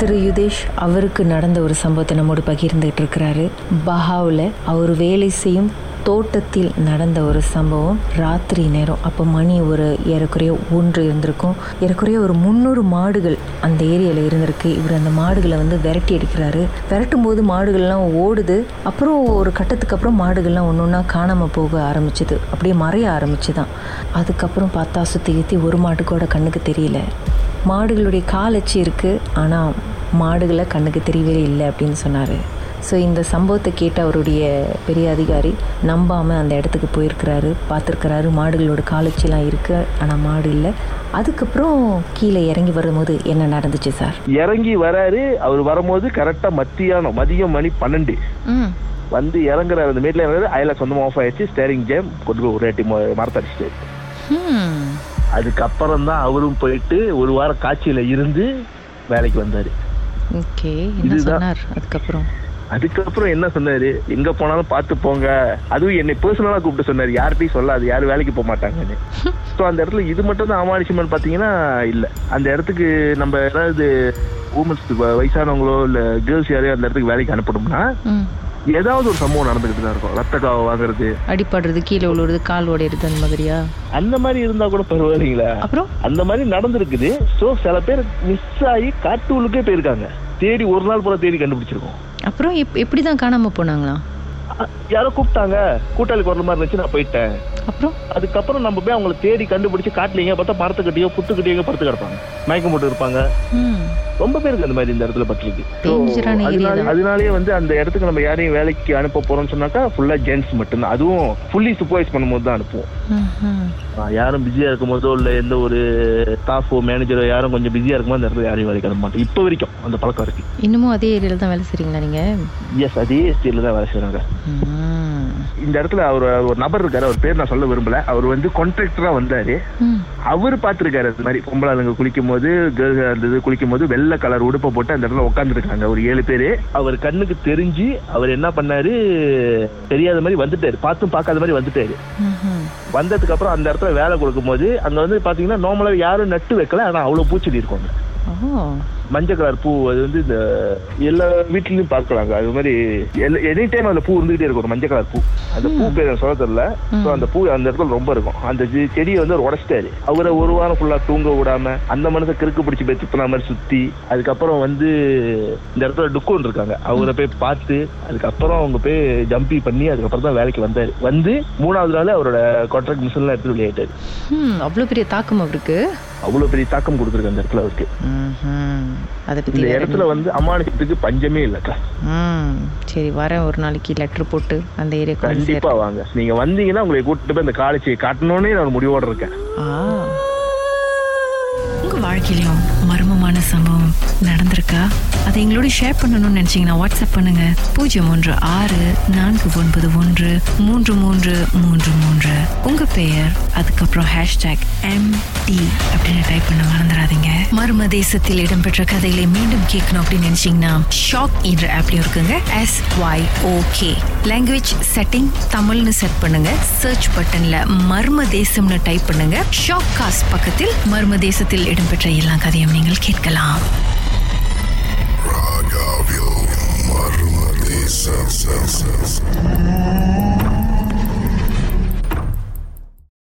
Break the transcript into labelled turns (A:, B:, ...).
A: திரு யுதேஷ் அவருக்கு நடந்த ஒரு சம்பவத்தை நம்மோடு பகிர்ந்துகிட்டு இருக்கிறாரு பஹாவில் அவர் வேலை செய்யும் தோட்டத்தில் நடந்த ஒரு சம்பவம் ராத்திரி நேரம் அப்போ மணி ஒரு ஏறக்குறைய ஒன்று இருந்திருக்கும் ஏறக்குறைய ஒரு முந்நூறு மாடுகள் அந்த ஏரியாவில் இருந்திருக்கு இவர் அந்த மாடுகளை வந்து விரட்டி அடிக்கிறாரு விரட்டும் போது மாடுகள்லாம் ஓடுது அப்புறம் ஒரு கட்டத்துக்கு அப்புறம் மாடுகள்லாம் ஒன்று ஒன்றா காணாமல் போக ஆரம்பிச்சுது அப்படியே மறைய ஆரம்பிச்சுதான் அதுக்கப்புறம் பார்த்தா சுற்றி ஏற்றி ஒரு மாட்டுக்கோட கண்ணுக்கு தெரியல மாடுகளுடைய காலச்சி இருக்குது ஆனால் மாடுகளை கண்ணுக்கு தெரியவே இல்லை அப்படின்னு சொன்னார் ஸோ இந்த சம்பவத்தை கேட்ட அவருடைய பெரிய அதிகாரி நம்பாமல் அந்த இடத்துக்கு போயிருக்கிறாரு பார்த்துருக்கிறாரு மாடுகளோட காலச்சிலாம் இருக்குது ஆனால் மாடு இல்லை அதுக்கப்புறம் கீழே இறங்கி வரும்போது என்ன நடந்துச்சு சார்
B: இறங்கி வராரு அவர் வரும்போது கரெக்டா மத்தியானம் மதியம் மணி பன்னெண்டு வந்து இறங்குறாரு அந்த மீட்ல இறங்குறாரு அயல சொந்தமா ஆஃப் ஆயிடுச்சு ஸ்டேரிங் ஜேம் கொண்டு போய் ஒரு வாட்டி ம- மரத்தடிச்சிட்டு அதுக்கப்புறம் தான் அவரும் போயிட்டு ஒரு வாரம் காட்சியில இருந்து வேலைக்கு வந்தாரு
A: ஓகே
B: என்ன இதுதான். சொன்னார்
A: அதுக்கப்புறம்
B: அதுக்கப்புறம் என்ன சொன்னாரு எங்க போனாலும் பார்த்து போங்க அதுவும் என்னை பர்சனலா கூப்பிட்டு சொன்னாரு யார்கிட்டயும் சொல்லாது யாரும் வேலைக்கு போக மாட்டாங்கன்னு ஸோ அந்த இடத்துல இது மட்டும் தான் அமானுஷமானு பார்த்தீங்கன்னா இல்ல அந்த இடத்துக்கு நம்ம ஏதாவது உமன்ஸ் வயசானவங்களோ இல்ல கேர்ள்ஸ் யாரையோ அந்த இடத்துக்கு வேலைக்கு அனுப்பணும்னா ஏதாவது ஒரு சம்பவம் நடந்துகிட்டு தான் இருக்கும் ரத்த காவை வாங்குறது
A: அடிப்படுறது கீழே விழுவுறது கால் ஓடையிறது அந்த மாதிரியா
B: அந்த மாதிரி இருந்தா கூட பரவாயில்லைங்களா
A: அப்புறம்
B: அந்த மாதிரி நடந்திருக்குது ஸோ சில பேர் மிஸ் ஆகி காட்டுக்குள்ளுக்கே போயிருக்காங்க தேடி ஒரு நாள் போல தேடி கண்டுபிடிச்சிருக்கோம்
A: அப்புறம் எப் எப்படி தான் காணாமல் போனாங்களா
B: அ- யாரோ கூப்பிட்டாங்க கூட்டாளிக்கு வர மாதிரி இருந்துச்சு நான் போயிட்டேன்
A: அப்புறம்
B: அதுக்கப்புறம் நம்ம போய் அவங்கள தேடி கண்டுபிடிச்சு காட்டலீங்க பார்த்தா மரத்துக்கிட்டயோ புத்துக்கிட்டயோ படுத்து கிடப்பாங்க மயக்கம் போட்டு இருப்பாங்க ரொம்ப பேருக்கு அந்த மாதிரி இந்த இடத்துல பட்டிருக்கு So,
A: Danger ஆன area
B: அதனால-
A: தான்.
B: அதனாலயே வந்து அந்த இடத்துக்கு நம்ம யாரையும் வேலைக்கு அனுப்ப போறோம்னு சொன்னாக்கா ஃபுல்லா ஜென்ஸ் மட்டும்தான் அதுவும் ஃபுல்லி சூப்பர்வைஸ் பண்ணும்போது தான் அனுப்புவோம் ஆ, யாரும் பிஸியா இருக்கும்போதோ இல்ல எந்த ஒரு ஸ்டாஃபோ மேனேஜரோ யாரும் கொஞ்சம் பிஸியா இருக்கும்போது அந்த இடத்துல யாரையும் வேலைக்கு அனுப்ப மாட்டோம் இப்போ வரைக்கும் அந்த பழக்கம் இருக்கு
A: இன்னமும் அதே ஏரியாவில் தான் வேலை செய்கிறீங்களா நீங்கள்
B: எஸ் அதே ஸ்டேல தான் வேலை செய்யறாங்க இந்த இடத்துல அவர் ஒரு நபர் இருக்காரு அவர் பேர் நான் சொல்ல விரும்பல அவர் வந்து கான்ட்ராக்டரா வந்தாரு அவர் பார்த்திருக்காரு இந்த மாதிரி பொம்பளை ஆளுங்க குளிக்கும் போது கேர்ள்ஸ் இருந்தது குளிக்கும் போது வெள்ளை கலர் உடுப்பை போட்டு அந்த இடத்துல உட்காந்துருக்காங்க ஒரு ஏழு பேரு அவர் கண்ணுக்கு தெரிஞ்சு அவர் என்ன பண்ணாரு தெரியாத மாதிரி வந்துட்டாரு பார்த்தும் பார்க்காத மாதிரி வந்துட்டாரு வந்ததுக்கு அப்புறம் அந்த இடத்துல வேலை கொடுக்கும்போது அங்க வந்து பாத்தீங்கன்னா நார்மலா யாரும் நட்டு வைக்கல ஆனா அவ்வளவு பூச்செடி இருக்கும் அங்க. மஞ்சள் கலர் பூ அது வந்து இந்த எல்லா வீட்லயும் பார்க்கலாங்க அது மாதிரி எனி டைம் அந்த பூ இருந்துகிட்டே இருக்கும் ஒரு மஞ்சள் கலர் பூ அந்த பூ பேர் எனக்கு சொல்ல தெரியல ஸோ அந்த பூ அந்த இடத்துல ரொம்ப இருக்கும் அந்த செ- செடியை வந்து அவர் உடைச்சிட்டாரு அவரை ஒரு வாரம் ஃபுல்லா தூங்க விடாம அந்த மனுஷன் கிறுக்கு பிடிச்சி போய் துப்புன மாதிரி சுத்தி அதுக்கப்புறம் வந்து இந்த இடத்துல டுக்கோன் இருக்காங்க அவரை போய் பார்த்து அதுக்கப்புறம் அவங்க போய் ஜம்பி பண்ணி அதுக்கப்புறம் தான் வேலைக்கு வந்தாரு வந்து மூணாவது நாள் அவரோட கான்ட்ராக்ட் மிஷன்லாம் எடுத்து வெளியாயிட்டாரு
A: அவ்வளோ பெரிய தாக்கம் அவருக்கு
B: அவ்வளவு பெரிய தாக்கம் கொடுத்துருக்கு அந்த இடத்துல அவருக்கு
A: அதை பற்றி
B: இந்த இடத்துல வந்து அமானுஷத்துக்கு பஞ்சமே இல்லக்கா
A: ம் சரி வரேன் ஒரு நாளைக்கு லெட்டர் போட்டு அந்த ஏரியாக்கு வந்து சேர்
B: கண்டிப்பா வாங்க நீங்க வந்தீங்கன்னா உங்களை கூட்டிட்டு போய் இந்த காலேஜை காட்டணும்னு நான் ஒரு முடிவோட இருக்கேன்
A: ஆ
C: உங்க வாழ்க்கையிலும் மர்மமான சம்பவம் நடந்திருக்கா அதை எங்களோட ஷேர் பண்ணணும்னு நினைச்சீங்கன்னா வாட்ஸ்அப் பண்ணுங்க பூஜ்ஜியம் ஒன்று ஆறு நான்கு ஒன்பது ஒன்று மூன்று மூன்று மூன்று மூன்று உங்க பெயர் அதுக்கப்புறம் ஹேஷ்டாக் எம் டி அப்படின்னு டைப் பண்ண மறந்துடாதீங்க மர்ம தேசத்தில் இடம்பெற்ற கதைகளை மீண்டும் கேட்கணும் அப்படின்னு நினைச்சீங்கன்னா ஷாக் என்ற ஆப்லயும் இருக்குங்க S Y okay language setting தமிழ்னு செட் பண்ணுங்க சர்ச் பட்டன்ல மர்ம தேசம்னு டைப் பண்ணுங்க ஷாக் காஸ்ட் பக்கத்தில் மர்ம தேசத்தில் இடம்பெற்ற எல்லா கதையும் நீங்கள் கேட்கலாம்
D: Agavio Marmadesa.